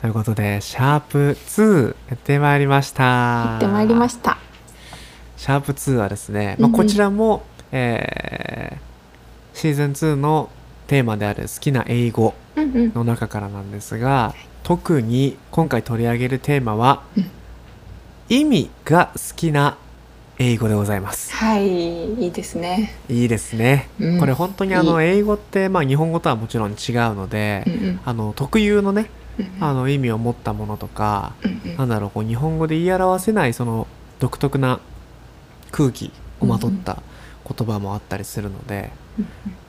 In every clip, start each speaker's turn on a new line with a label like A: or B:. A: ということでシャープ2やってまいりました
B: 行ってまいりました
A: シャープ2はですね、まあ、
B: うんうん
A: こちらも、えーシーズン2のテーマである好きな英語
B: うんうん
A: の中からなんですが特に今回取り上げるテーマは、
B: うん
A: 意味が好きな英語でございます
B: はいいいですね、
A: いいですね、
B: うん、
A: これ本当にあの英語ってまあ日本語とはもちろん違うので、
B: うんうん
A: あの特有のね
B: うんうん
A: あの意味を持ったものとか、
B: うんうん
A: なんだろうこう日本語で言い表せないその独特な空気をまとった言葉もあったりするので、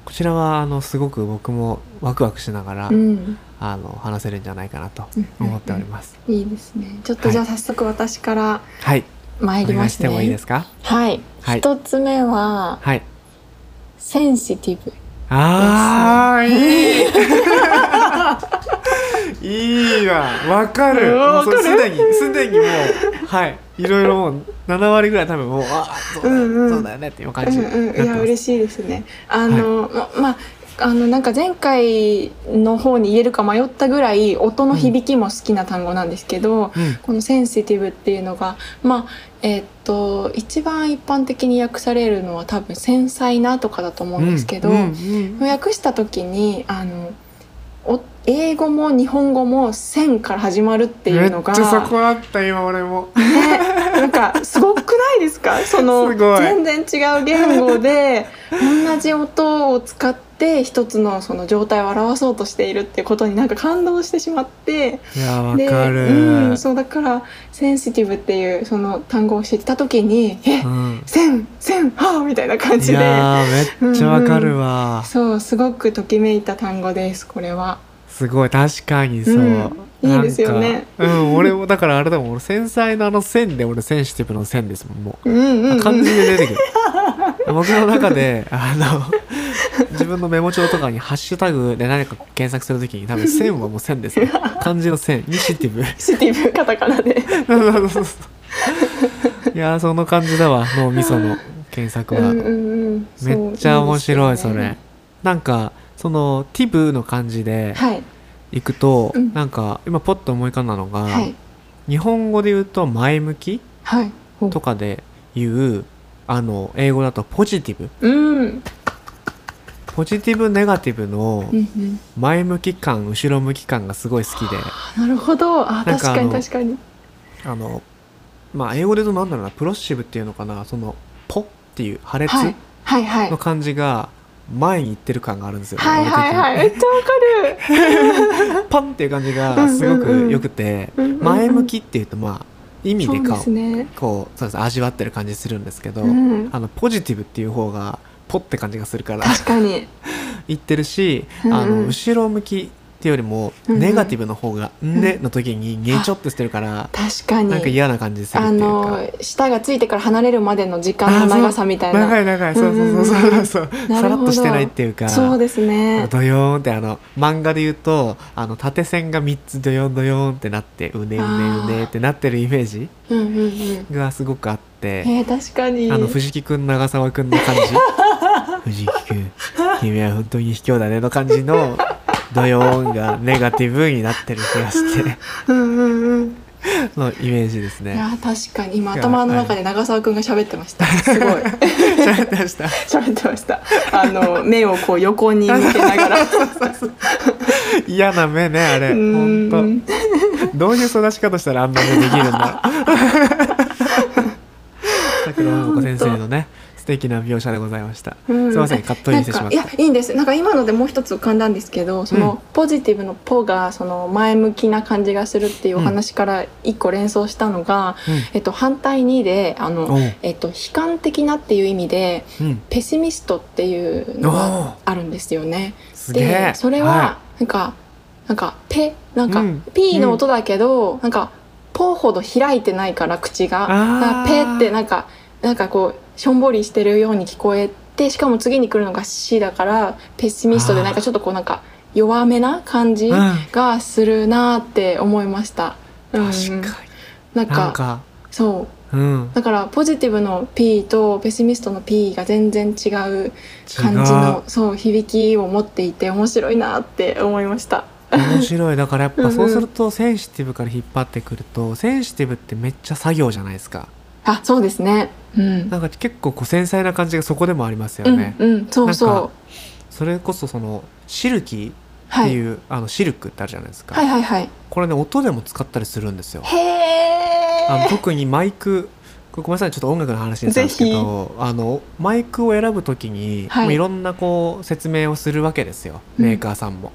A: こちらはあのすごく僕もワクワクしながら、
B: うん
A: あの話せるんじゃないかなと
B: うん
A: 思っております。
B: いいですねちょっとじゃあ早速私から
A: はい、
B: 参
A: お
B: り
A: 願
B: ま
A: いし
B: す
A: て
B: ね
A: もいいですか。
B: はい
A: はい
B: 一つ目は
A: はい。
B: センシティブ
A: ああ、い い。いいわ、わかる。
B: うわ
A: もうそれすでに、すでにもう、はい、いろいろもう、七割ぐらい多分もう、ああ、そうだよ
B: うんうん
A: そうだよねっていう感
B: う
A: じ
B: ん
A: になって
B: うん、いや
A: ます。
B: 嬉しいですね。あの、ままああのなんか前回の方に言えるか迷ったぐらい音の響きも好きな単語なんですけど、
A: うん、
B: このセンシティブっていうのがまあえっと一番一般的に訳されるのは多分繊細なとかだと思うんですけど、
A: うんうん
B: 訳した時にあのお英語も日本語も線から始まるっていうのが
A: めっちゃそこあった今俺 も。
B: ね、なんかすごくないですかその
A: すごい
B: 全然違う言語で同じ音を使って一つのその状態を表そうとしているっていうことになんか感動してしまって
A: いやわ
B: で
A: かる。
B: うん、そうだからセンシティブっていうその単語を知った時に「え
A: うん
B: せんせんはあ」みたいな感
A: い
B: じで
A: やーめっちゃわかるわ。
B: そうすごくときめいた単語ですこれは。
A: すごい確かにそう、
B: うんいいですよね
A: なんかうん俺もだからあれだもん俺繊細なあの線で俺センシティブの線ですもんも
B: うんうんう、
A: うん漢字で出てく る僕の中であの自分のメモ帳とかにハッシュタグで何か検索するときに多分線はもう線です ね漢字の線ニシティブ
B: シティブカタカ ナで。
A: そうそうそう そういやーその感じだわ脳みその検索は、
B: うんうんうんそう
A: めっちゃ面白い
B: です
A: そ
B: よ
A: れ
B: ね
A: なんかそのティブの感じで、
B: はい
A: 行くと、
B: うん
A: なんか今ポッと思い浮かんだのが、
B: はい
A: 日本語で言うと前向き
B: はい。
A: とかで言うあの英語だとポジティブ
B: うん。
A: ポジティブネガティブの
B: うんうん、
A: 前向き感後ろ向き感がすごい好きで
B: あなるほど
A: な
B: あ
A: ん
B: 確
A: かあ
B: か
A: の
B: に確かに
A: あのまあ英語で言うとなんだろうなプロッシブっていうのかなそのポっていう破裂
B: はいはいはい
A: の感じが前に行ってる感があるんですよ、
B: はいはいはいめっちゃわかる
A: い、パンっていう感じがすごく良くて、
B: うんうんうん
A: 前向きっていうとまあ意味で
B: そうで
A: 顔
B: すね
A: こうそうです味わってる感じするんですけど、
B: うん
A: あのポジティブっていう方がポって感じがするから
B: 確かに
A: 言ってるし、
B: うん
A: あの後ろ向きっていうよりも
B: うんうん
A: ネガティブの方が「
B: ん
A: ね」の時に「げちょ」ってしてるから、
B: 確かに
A: なんか嫌な感じするっ
B: あ
A: ていうか。
B: の舌がついてから離れるまでの時間の長さみたい
A: 長
B: ない
A: 長いそうそうそうそうそう、
B: な
A: さ
B: るほど
A: らっとしてないっていうか
B: そうですね
A: ドヨーンってあの漫画で言うとあの縦線が3つドヨンドヨーンってなってうねうねうねってなってるイメージ
B: うんうんうん
A: がすごくあって、
B: えー、確かに
A: あの藤木くん長澤くんの 感じ藤木くん君は本当に卑怯だねの感じのドヨーンがネガティブになってる気が して
B: うんうんうん
A: のイメージです
B: い
A: ね
B: や確かに今頭の中で長澤くんが喋ってましたすごい
A: 喋ってました
B: 喋ってましたあの目をこう横に向けな がら
A: 嫌な目ねあれ
B: うん
A: 本当 どういう育ち方したらあんな目できるん だ桜桃子先生のね素敵な描写でございました、
B: うん
A: すいませんカットインしてしまっ
B: なん
A: た
B: かいやいいんですなんか今のでもう一つ浮かんだんですけどその、
A: うん
B: ポジティブの「ポ」がその前向きな感じがするっていうお話から一個連想したのが、えっと、反対にであ
A: うんお
B: の、
A: う
B: えっと、悲観的なっていう意味で
A: うん
B: ペシミストっていう
A: お
B: のが
A: う
B: あるんですよね。
A: すげえ
B: でそれはなんか、なんか「ペ」なんか
A: うん
B: 「P」の音だけど、なんか「ポ」ほど開いてないから口が。
A: あー
B: だからペ」ってなんかなんかこうしょんぼりしてるように聞こえてしかも次に来るのが「C」だからペシミスト
A: あ
B: で
A: ー
B: なんかちょっとこうなんか弱めな感じ
A: はい
B: がするなーって思いました。う
A: うん、
B: うんん
A: 確かに
B: なんか
A: なんか
B: そう
A: うん
B: だからポジティブの P とペシミストの P が全然違う
A: 違う
B: 感じのそう響きを持っていて面白いなって思いました。
A: 面白いだからやっ
B: うんう
A: ぱ
B: ん
A: そうするとセンシティブから引っ張ってくるとセンシティブってめっちゃ作業じゃないですか
B: あそうですねうん
A: なんか結構こう繊細な感じがそこでもありますよ
B: う
A: ね
B: ん、うんそう
A: なん
B: そ
A: か
B: う
A: それこそそのシルキーっ
B: は
A: て
B: い
A: いう、あのシルクってあるじゃないですか、
B: はいはいはい
A: これね音でも使ったりするんですよ
B: へ
A: あの
B: え
A: 特にマイクこれごめんなさいちょっと音楽の話になっちゃうんですけどあのマイクを選ぶときに、
B: はい
A: もういろんなこう説明をするわけですよ
B: うん
A: メーカーさんも。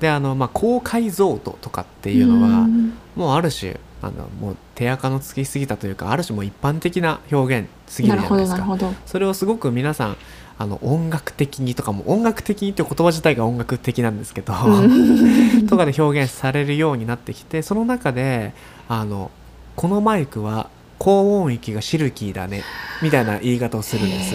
A: であの、まあ、高解像度とかっていうのは、もうある種あのもう手垢のつきすぎたというかある種もう一般的な表現すぎ
B: な
A: る
B: る
A: じゃないで
B: ほど
A: す
B: なる
A: か
B: ほど
A: それをすごく皆さんあの音楽的にとかも音楽的にっていう言葉自体が音楽的なんですけど、
B: うん
A: とかで表現されるようになってきてその中であのこのマイクは高音域がシルキーだねみたいな言い方をするんです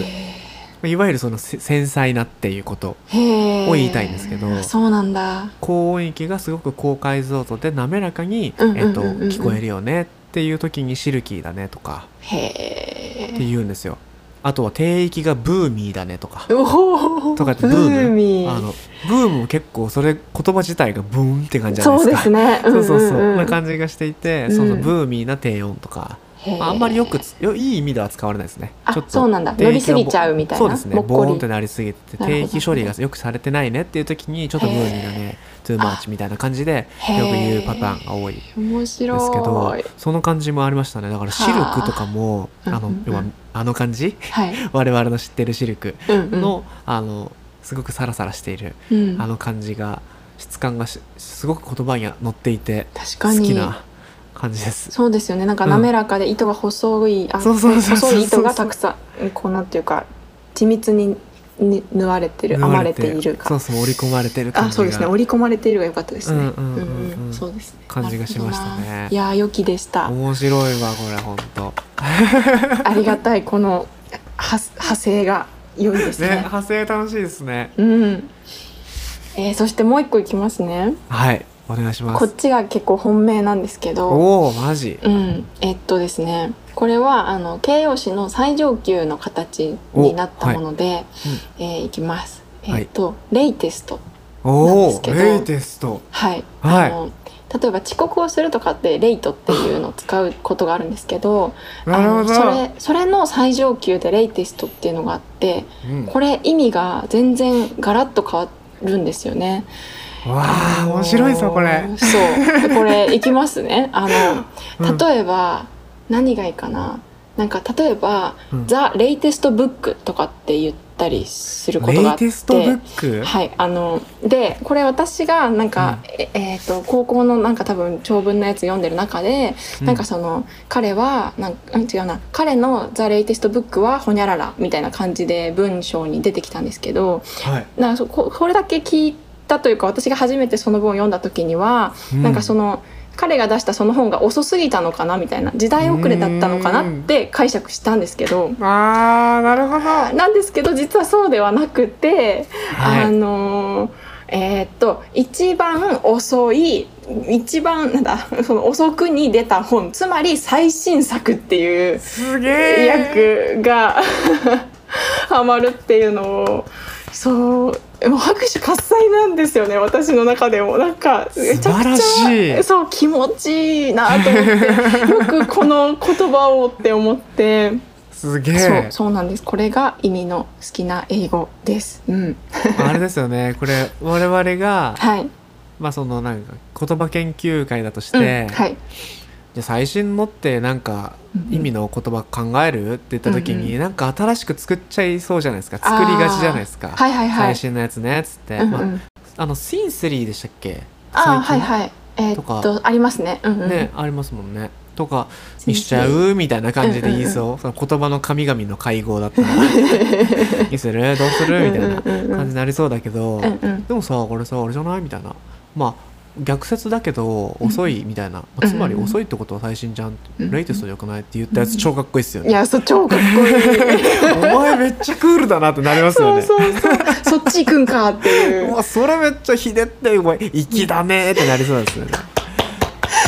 A: いわゆるそのせ繊細なっていうこと
B: へえ
A: を言いたいんですけど
B: そうなんだ
A: 高音域がすごく高解像度で滑らかに、
B: うんうんうんうん
A: えっと聞こえるよねっていう時にシルキーだねとか
B: へ
A: って
B: え
A: 言うんですよあとは低域がブーミーだねとか
B: おお
A: とかってブームあのブームも結構それ言葉自体がブーンって感じじゃない
B: そう
A: です
B: で
A: か
B: すね
A: そうそうそう、
B: んんん
A: な感じがしていて、
B: うん
A: そのブーミーな低音とか、
B: へー
A: まああんまりよくつよいい意味では使われないですね。
B: あ
A: ちょっと
B: そうなんだ
A: 低域が
B: 乗りすぎちゃうみたいな
A: そうですね。
B: もっこ
A: ボ
B: り
A: ーンってなりすぎて
B: なるほ
A: 低
B: ど
A: 域処理がよくされてないねっていう時にちょっとブーミーがね、トゥーマーチみたいな感じで
B: へー
A: よく言うパターンが多いです
B: 面
A: け
B: 白い
A: ど、その感じもありましたね。だからシルクとかも
B: はあ
A: あの
B: うんうんうん
A: 要はあの感じ、
B: はい、
A: 我々の知ってるシルク
B: うんうん、
A: の、あのすごくサラサラしている
B: うん
A: あの感じが質感がしすごく言葉に乗っていて
B: 確か
A: 好き
B: に
A: な感じです。
B: そうですよねなんか
A: うん
B: 滑らかで糸が細い、あ
A: そうそうそうそう
B: 細い糸がたくさんこうなんていうか緻密にに縫われてる編まれている
A: そ
B: か
A: うそう織り込まれてる感
B: あ
A: じ
B: そうですね
A: が
B: 織り込まれているが良かったですね
A: うんうんうんうん
B: うんうんそうですね
A: 感じがしましたね
B: なるほどないやー良きでした
A: 面白いわこれ本当。
B: ありがたいこのは派生が良いです
A: ね
B: ね
A: 派生楽しいですね。
B: うんえーそしてもう一個いきますね
A: はいお願いしま
B: こっ
A: す。
B: ちが結構本命なんですけど
A: おおマジ
B: うん、えっとですねこれはあの形容詞の最上級の形になったもので、えーいきます。
A: はい
B: えっと、レイテスト、なん
A: お
B: です
A: お
B: けど
A: レイテスト
B: はい
A: はい
B: あの例えば遅刻をするとかってレイトっていうのを使うことがあるんですけど
A: なるほど
B: あのそれそれの最上級でレイテストっていうのがあって
A: うんわ
B: これ意味が全然ガラッと変わるんですよね。
A: あ
B: のー
A: 面白いぞこれ。
B: そうで これいきますね。あの
A: うん
B: 例えば、何がいいかななんか例えば
A: うん
B: 「ザ・レイテスト・ブック」とかって言ったりすることが
A: レ
B: あ
A: イ
B: って
A: テストブック
B: はいあのでこれ私がなんか、ええーと高校のなんか多分長文のやつ読んでる中で、なんかその彼はなんうん違うな彼の「ザ・レイテスト・ブック」はほにゃららみたいな感じで文章に出てきたんですけど
A: うんはい
B: なんかそここれだけ聞いたというか私が初めてその文を読んだ時にはなんかそ
A: の
B: の彼が出したその本が遅すぎたのかなみたいな時代遅れだったのかなって解釈したんですけど
A: あーなるほど。は
B: なんですけど実はそうではなくて、あ
A: い
B: のーえーっと一番遅い一番なんだ その遅くに出た本つまり最新作っていう
A: すげえ。
B: 訳が ハマるっていうのをそう。もう拍手喝采なんですよね私の中でもなんかめ
A: 素
B: ちゃく
A: 晴
B: ちゃ
A: らしい。
B: そう気持ちいいなと思って よくこの言葉をって思って、
A: すげ
B: そう
A: え。
B: そうなんですこれが意味の好きな英語ですうん
A: あれですよね。これ我々が
B: はい、
A: まあそのなんか言葉研究会だとし
B: うん
A: て、
B: はい
A: じゃあ最新のってなんか意味の言葉考えるって言った時に、
B: うんう
A: なんか新しく作っちゃいそうじゃないですか作りがちじゃないですか、
B: はいはいはい
A: 最新のやつねっつって、
B: うんう
A: まあ、
B: ん、
A: あのシンスリーでしたっけ
B: ああ
A: 最近
B: はいはいえー
A: と
B: っ
A: か
B: とありますねうんうん
A: ね、ありますもんねとか
B: シンスリー
A: にしちゃうみたいな感じで言いそう,、その言葉の神々の会合だった らにするどうするみたいな
B: うんうんうん
A: 感じになりそうだけど、
B: うんうん
A: でもさこれさあれじゃないみたいなまあ逆説だけど
B: うん
A: 遅いみたいな、まあ
B: うん
A: つまり遅いってことは最新じゃん、
B: うん
A: レイテストでよくないって言ったやつ超かっこいいっすよ
B: い
A: ね、
B: やそう超かっこいい
A: お前めっちゃクールだなってなりますよ
B: そう
A: ね
B: そうそうそっち行くんかっていうう
A: わそれめっちゃひでってお前粋だねーってなりそう ですよね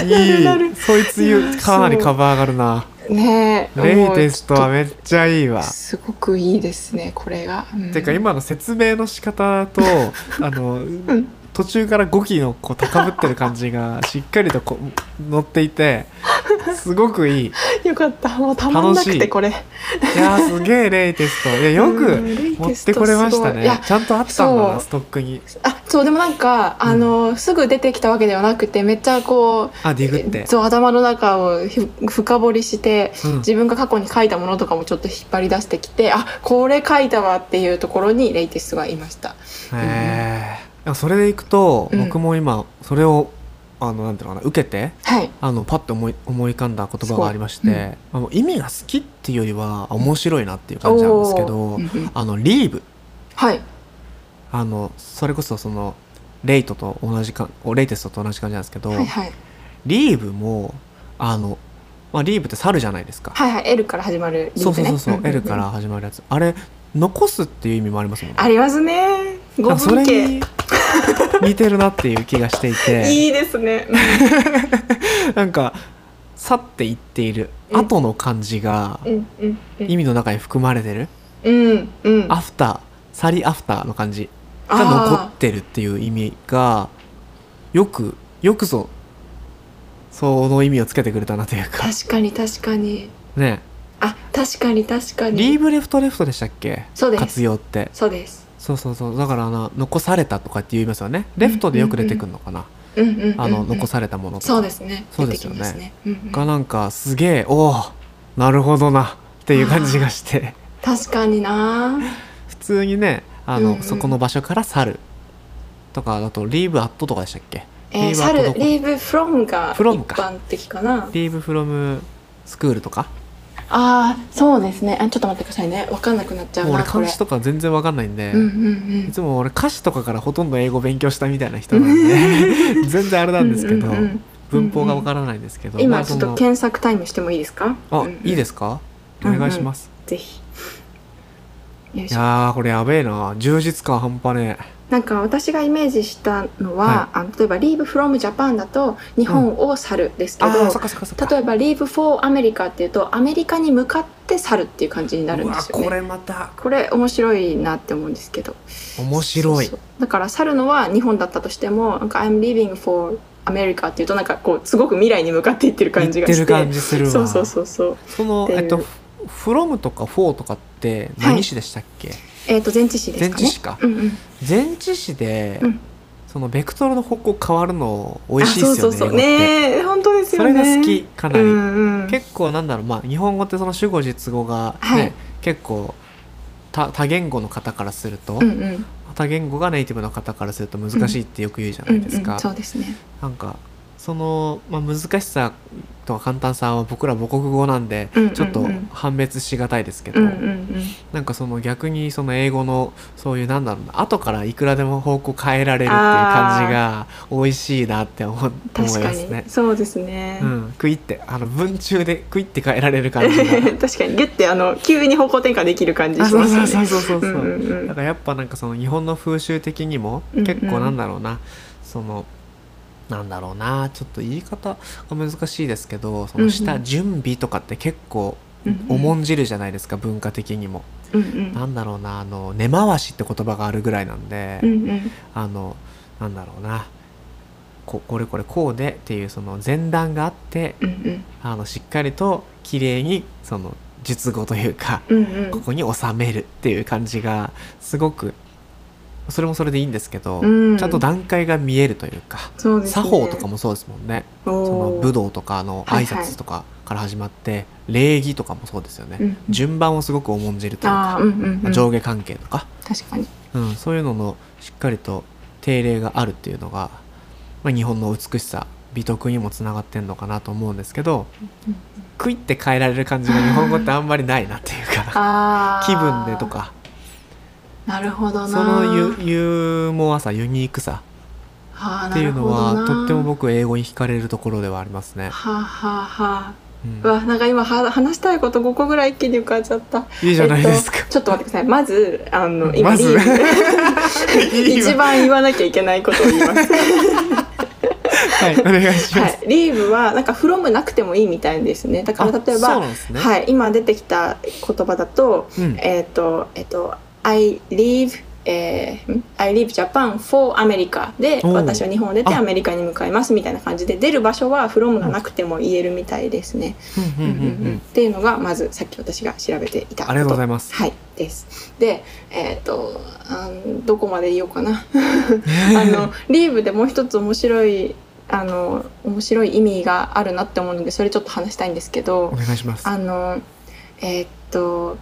A: いい
B: なるなる
A: そいつ言うかなりカバー上がるな
B: ねえ
A: レイテストは
B: もう
A: めっちゃいいわ
B: ちょっとすごくいいですねこれが、うん
A: てか今の説明の仕方とあの、
B: ん
A: 途中から語気のこう高ぶってる感じがしっかりとこう乗っていてすごくいい
B: よかったもうたまんなく
A: 楽してい
B: これ
A: いやーすげえレイテストいやよ
B: うんレイ
A: く
B: テ
A: 持
B: スト
A: ってこれました
B: すご
A: ね
B: いいや
A: ちゃんとあったんだ
B: そ
A: な
B: う
A: ストックに
B: あそうでもなんか、あのすぐ出てきたわけではなくてめっちゃこう
A: あディグって
B: そう頭の中をひ深掘りして、
A: うん
B: 自分が過去に書いたものとかもちょっと引っ張り出してきてあこれ書いたわっていうところにレイテストがいました
A: へえでもそれでいくと
B: うん
A: 僕も今それをあのなんていうのかな受けて
B: はい
A: あのパッと思い思い浮かんだ言葉がありまして、あの意味が好きっていうよりは面白いなっていう感じなんですけど、
B: おーうんうん
A: あのリーブ
B: はい
A: あのそれこそそのレイトと同じかレイテストと同じ感じなんですけど、
B: はいはい
A: リーブもあの、まあ、リーブって猿じゃないですか、
B: はいはい L から始まるリ
A: そう
B: ー
A: そ
B: ブ
A: う
B: ね
A: そうそう、
B: んんん
A: L から始まるやつあれ残すっていう意味もありますもんね
B: ありますね
A: な
B: ご
A: んかそれ
B: 分家
A: に似てるなっていう気がしていて
B: いいですねうん
A: なんか去っていっている
B: うん
A: 後の感じが
B: うんうんうん
A: 意味の中に含まれてる、
B: うんうん
A: アフターサリアフターの感じが残
B: あ
A: ってるっていう意味がよくよくぞその意味をつけてくれたなという
B: ー
A: か
B: 確かに確かに
A: ね
B: あ確かに確かに
A: リーブレフトレフトでしたっけ
B: そうです
A: 活用って
B: そうです
A: そうそうそうだからあの残されたとかって言いますよねレフトでよく出てくるのかな、
B: うんうんうんうん
A: あの残されたものとか
B: そうですね
A: そうですよね
B: 出てきますねうんうん
A: がなんかすげえおおなるほどなっていう感じがして
B: 確かにな
A: 普通にねあの、
B: うんうん
A: そこの場所から去るとかだとリーブアットとかでしたっけ Leave out
B: えー、
A: ど
B: 猿
A: こ
B: リーブフロムが一
A: from か
B: 般的かな
A: リーブフロムスクールとか
B: ああそうですねあちょっと待ってくださいね分かんなくなっちゃう
A: もう俺
B: なこ
A: 漢
B: れ
A: 字とか全然わかんないんで、
B: うんうんうん
A: いつも俺歌詞とかからほとんど英語勉強したみたいな人なんで 全然あれなんですけど、
B: うんうんうん
A: 文法がわからないんですけど、ま
B: 今
A: あ
B: ちょ
A: そ
B: っと
A: の
B: 検索タイムしてもいいですか
A: あ、いいですすかお
B: うんうん
A: 願いします、
B: ぜひよい
A: い
B: しょ
A: やーこれやべえな充実感半端ね
B: なんか私がイメージしたのは、あの例えば「Leave from Japan」だと日本を去るです
A: え
B: けど、
A: ーそっかそっかそっか
B: 例えば「Leave for America」っていうとアメリカに向かって去るっていう感じになるんですよ
A: う
B: ね
A: わこれまた
B: これ面白いなって思うんですけど
A: 面白い
B: そうそうだから去るのは日本だったとしてもなんか「I'm leaving for America」っていうとなんかこうすごく未来に向かっていってる感じ
A: 言っ
B: が
A: てる
B: して
A: 感じするわ
B: そうそうそうそう
A: その
B: っていう
A: えっと「フロム」とか「フォー」とかって何詞でしたっけ、
B: えっ、と前置詞で
A: 前
B: すか
A: 置
B: ね
A: 詞か
B: うんうん
A: 前置詞で、
B: うん
A: そのベクトルの方向変わるの美味しいですよ
B: あそうそうそう
A: ね英語って
B: ねえ本当で
A: そ
B: すよね
A: れが好きかなり、
B: うんうん、
A: 結構なんだろうまあ日本語ってその主語実語が、ね
B: はい
A: 結構多多言語の方からすると、
B: うんうん
A: 多言語がネイティブの方からすると難しいってよく言うじゃな
B: う
A: い
B: ん
A: ですか、
B: うん、そうですね
A: なんかその、まあ、難しさとか簡単さは僕ら母国語なんで、
B: うんうんうん
A: ちょっと判別しがたいですけど、
B: うんうんうん
A: なんかその逆にその英語のそういうなんだろうな後からいくらでも方向変えられるっていう感じが美味しいなって思う思い
B: 確か
A: ます
B: に、
A: ね。
B: そうですね、
A: うん、クイってあの文中でクイって変えられる感じが
B: 確かにギュッてあの急に方向転換できる感じ
A: あ
B: し
A: そう
B: ますよ
A: そう
B: ね
A: そうそうそうそううん
B: うんう
A: だ
B: ん
A: からやっぱなんかその日本の風習的にも
B: うんうん
A: 結構なんだろうな、そのなんだろうなちょっと言い方が難しいですけどその
B: う
A: 下
B: んうん
A: 準備とかって結構
B: うんうん
A: 重んじるじゃないですか、文化的にも。
B: うんうん
A: なんだろうなあの根回しって言葉があるぐらいなんで、
B: うんうん
A: あのなんだろうなここれこれこうでっていうその前段があって
B: うん
A: あのしっかりと綺麗にその術語というか
B: うんうんうん
A: ここに収めるっていう感じがすごくそれもそれでいいんですけど、
B: うん
A: ちゃんと段階が見えるというか、
B: そうですね
A: 作法とかもそうですもんね
B: そ
A: その武道とかの
B: は
A: 挨
B: いはい
A: 拶とかから始まって、礼儀とかもそうですよね、
B: うん
A: 順番をすごく重んじるという
B: あ
A: か、
B: あーうんうん、うん、
A: 上下関係とか、
B: 確かに
A: うん、そういうののしっかりと定例があるっていうのが、まあ、日本の美しさ美徳にもつながってんのかなと思うんですけど、
B: うん
A: クイって変えられる感じが日本語ってあんまりないなっていうか
B: ああ
A: 気分でとか
B: なるほどな
A: そのユユーモアさユニークさ
B: っ
A: っていうのはとっても
B: は
A: 僕英語に惹かれるところではありますね。
B: あ、はあは
A: う、
B: あ、うんわなんか今は話したいこと5個ぐらい一気に浮かんじゃった
A: いいじゃないですか。
B: えっと、ちょっと待ってくださいまずあの
A: ま
B: 今
A: ず
B: リーグ
A: いいわ
B: 一番言わなきゃいけないことを言い ます、
A: はいお願いしま
B: は
A: す。
B: い、リーブはなんか「フロム」なくてもいいみたいですねだから例え
A: あそう
B: ば、
A: なんですね。
B: はい、今出てきた言葉だと
A: うん
B: えっ、とえっ、と「I leave えーん I leave Japan for America で
A: おう
B: 私は日本を出て
A: あ
B: アメリカに向かいますみたいな感じで出る場所は from がなくても言えるみたいですね。
A: うんうんうんう
B: っ
A: ん
B: ていうのがまずさっき私が調べていたこと
A: ありがとうございます
B: はいですでえっ、とあんどこまで言おうかなあのリーブでもう一つ面白いあの面白い意味があるなって思うのでそれちょっと話したいんですけど
A: お願いします
B: あのえっと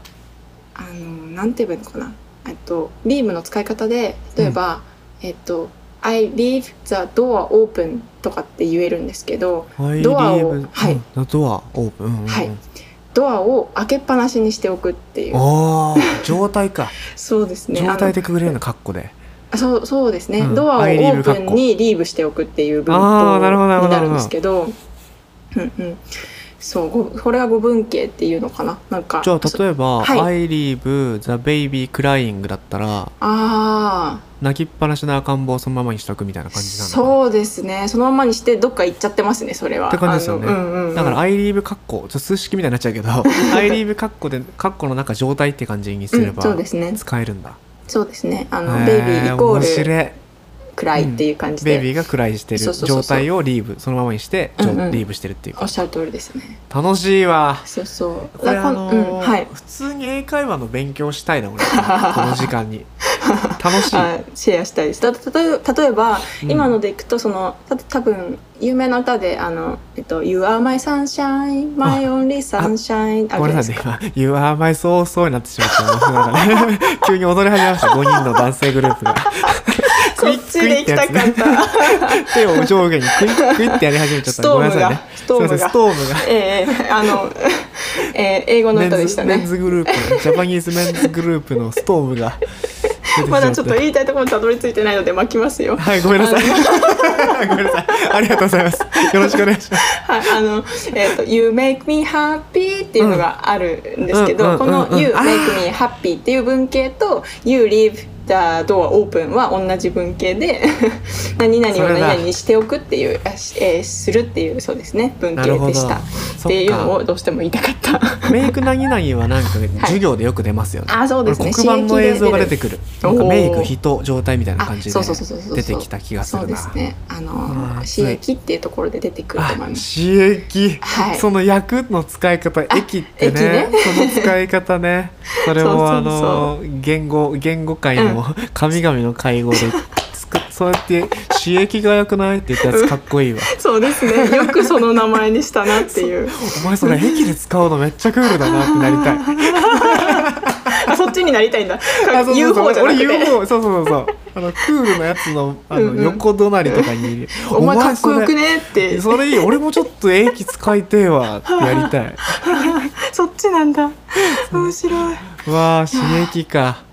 B: あのなんて言えばいいのかなえっとリームの使い方で例えば、えっと「I leave the door open」とかって言えるんですけど
A: はい
B: ドアを
A: リーブ
B: はい
A: うんドアオープンうんうんうん
B: はいドアを開けっぱなしにしておくっていう
A: ああ状態か
B: そうです ね
A: 状態で
B: あ
A: くぐるような格好で
B: のそうそうですね、
A: うん
B: ドアをオ
A: I leave
B: ープンにリーブしておくっていう文
A: あ
B: 法
A: ーなるほどなるほ
B: に
A: ど
B: なるんですけどうんうんそうごこれは語文形っていうのかななんか
A: じゃあ
B: そ
A: 例えば「
B: はい
A: I leave the baby crying」だったら
B: ああ
A: 泣きっぱなしの赤ん坊をそのままにしとくみたいな感じなのかな
B: そうですねそのままにしてどっか行っちゃってますねそれは
A: って感じですよね
B: あのうんうんうん
A: だから「アイリーブ」カッコちょっと数式みたいになっちゃう けど「アイリーブ」カッコでカッコの中状態って感じにすれ
B: うん
A: ば
B: そうですね
A: 使えるんだ、
B: そうですねあ
A: へ
B: のベイビーイコ
A: 面
B: ール
A: 白い
B: 暗いっていう感じ
A: ベイビ
B: で
A: ーが暗いしてる
B: そうそうそ
A: 状
B: うそう
A: 態をリーブそのままにして、ちょ
B: うんうん
A: リーブしてるっていう
B: お
A: か
B: っしゃる通りですね
A: 楽しいわ
B: そうそう
A: これ
B: だか
A: あ
B: ら
A: の
B: う
A: ー
B: んはい
A: 普通に英会話の勉強したいな 俺この時間に楽しい
B: あシェアしたいです。たたとえ例えば、
A: うん
B: 今のでいくとそのた多分有名な歌であのえっと You are my sunshine, my only sunshine あ
A: ご
B: る
A: め
B: じ
A: ん
B: ゃな
A: ないさ
B: で
A: いね今「
B: すか。
A: You are my soul soul」になってしまったなんかね 急に踊り始めました5人の男性グルー プが
B: こっちで行きたかっ た。
A: 手を上下にクイックイってやり始めちゃっ
B: ス
A: たご
B: ト
A: め
B: ー
A: んなさ
B: ム
A: い
B: が、
A: ね
B: ス
A: すい
B: トー
A: ませ
B: ム
A: ん
B: が
A: ス。トームが
B: ええ あの、えー英語の
A: メ
B: 歌
A: ン
B: でし
A: ズ
B: た
A: メン
B: ね。
A: ズグループジャパニーズメンズグループのストームが出てきちゃて
B: まだちょっと言いたいところにたどり着いてないので巻きますよ。
A: はいごめんなさい ごめんなさいありがとうございますよろしくお願いします
B: はい、あの、えっ、と、You make me happy っていうのがあるんですけ
A: うんう
B: ど、
A: ん
B: こ
A: うんうんうん
B: の You
A: あ
B: make
A: ー
B: me happy っていう文型と You leave the door open は同じ文型で、 何々を
A: それ
B: 何
A: だ
B: 々にしておくっていう、あしえーするっていう、そうですね、文
A: なる
B: 型
A: ほ
B: で
A: ど
B: した。
A: そ
B: っていうの
A: っ
B: をどうしても言いたか った。
A: かメイク何々はなんかね授業でよく出ますよね、
B: あー、そうですね。
A: 黒板の
B: 刺激で
A: 映像が出てくる
B: お
A: な
B: ー
A: んかメイク人状態みたいな
B: あ
A: 感じ
B: そ
A: で
B: うそうそうそうそう
A: 出てきた気がす
B: そう
A: る
B: で
A: な
B: すね。あの
A: うん、
B: 刺激っていうところで出てくると
A: あ
B: 思います。
A: 刺激、
B: はい
A: その役の使い方駅ってね
B: 駅ね
A: その使い方ねそれ
B: そうそう
A: も
B: そう
A: あの言語言語界の神々の会合でつく、そうやって「刺激が良くない?」って言ったやつかっこ いいわ
B: そうですね。よくその名前にしたなっていう。
A: お前それ駅で使うのめっちゃクールだなってなりたい
B: あそっちになりたいんだ。
A: あそうそうそう
B: UFO じゃなくて。
A: 俺 UFO そうそうそうそうあのクールなやつのあ
B: う
A: の
B: んうん
A: 横隣とかにいる、
B: お前かっこよ
A: そ
B: く
A: れ
B: ねって。そ
A: それいい俺もちょっと駅使いてえ わってやりたい
B: っちなんだ。面白い。
A: わあ刺激か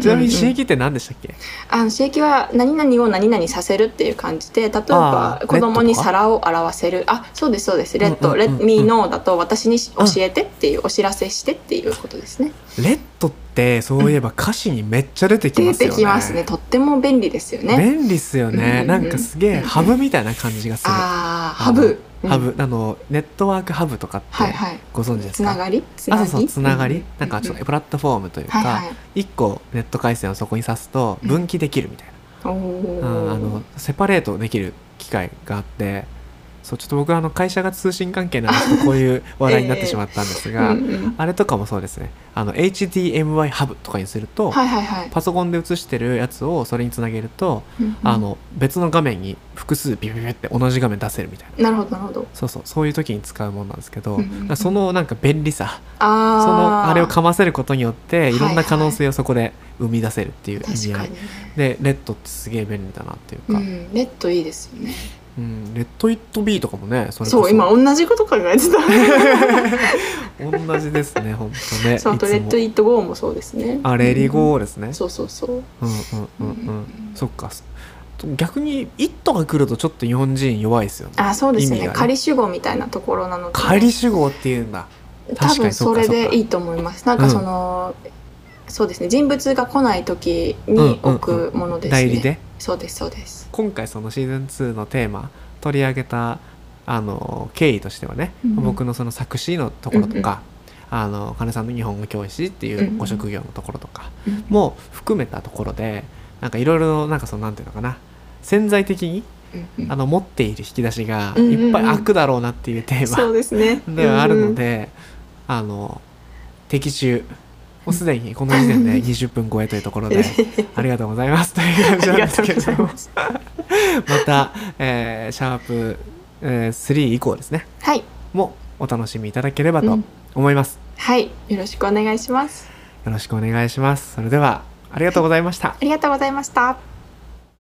A: ちなみに刺激って何でしたっけ、
B: あの刺激は何々を何々させるっていう感じで例え
A: あ
B: ば
A: ー
B: 子供
A: レ
B: に
A: ッドとか
B: 皿を洗わせるあそうですそうです「レッド」
A: うん
B: 「
A: うん
B: レ
A: うんうん
B: ッミーノー」だと私に教えてっていうお知らせしてっていうことですね
A: レッドってそういえば歌詞にめっちゃ出てきま
B: 出
A: すよ
B: て
A: ね。
B: きますねとっても便利ですよね
A: 便利っすよ
B: うんうん
A: ね。
B: うん
A: なんかすげえハブみたいな感じがする。
B: ああ
A: あ
B: ハ
A: の
B: ブうん
A: ハブ、あのネットワークハブとかって
B: はいはい
A: ご存知です
B: つ
A: か？
B: ながりつ
A: あ
B: な
A: そうそう
B: ぎ
A: つながり、
B: うん
A: なんかちょっ
B: うん
A: とプラットフォームという
B: はい
A: か
B: はい
A: 一、個ネット回線をそこに挿すと分岐できるみたいな、
B: おー
A: うんあのセパレートできる機会があってそうちょっと僕はあの会社が通信関係なんですけどこういう話題になってしまったんですが、
B: うんうん
A: あれとかもそうですねあの HDMI ハブとかにすると、
B: はいはいはい
A: パソコンで映してるやつをそれにつなげると、
B: うんうん
A: あの別の画面に複数ビビビビって同じ画面出せるみたいな
B: なるほどなるほど
A: そうそうそういう時に使うもんなんですけど、
B: うんうんうん
A: そのなんか便利さ
B: ああ
A: そのあれをかませることによっていろんな可能性をそこで生み出せるっていう意味
B: 確
A: 合
B: か
A: い、
B: にね
A: でレッドってすげえ便利だなっていう
B: う
A: か、
B: んレッドいいですよね
A: うんレッド・イット・ビーとかもねそれこ
B: そう今同じこと考えて
A: 同じですね本当ね
B: た そうあとレッドイ
A: ッ
B: ットゴーもそうですね
A: あレリゴーですね、
B: そうそうそう
A: うんうんうんうん、
B: うん
A: そっか逆に「イット!」が来るとちょっと日本人弱いですよね
B: あそうですよ
A: 意味
B: ね
A: がね
B: 仮主語みたいなところなので
A: 仮主語っていうんだ
B: 多
A: 確かに
B: 分
A: そ
B: そう
A: か
B: れ
A: そうか
B: でいいと思いますなんかそのそうですね人物が来ない時に置くものですね
A: 代理で
B: そうですそうです
A: 今回そのシーズン2のテーマ取り上げたあの経緯としてはね、
B: うん
A: 僕のその作詞のところとか、あの金さんの日本語教師っていうご職業のところとか
B: うん
A: も含めたところでなんかいろいろなんかそのなんていうのかな潜在的に
B: うんうん
A: あの持っている引き出しが
B: うんうんうん
A: いっぱい開くだろうなっていうテ
B: そう
A: ー
B: ですね。
A: マではあるので、あの的中もうすでにこの時点で20分 超えというところでありがとうございますという感
B: うん
A: じ
B: うん。
A: な
B: あ
A: んで
B: りが
A: す
B: とう
A: け
B: ご
A: れ
B: ざい
A: ども
B: ます。
A: また、えーシャープ、えー3以降ですね
B: はい。
A: もお楽しみいただければと思います、
B: はい。よろしくお願いします。
A: よろしくお願いしますそれではありがとうございました
B: ありがとうございました。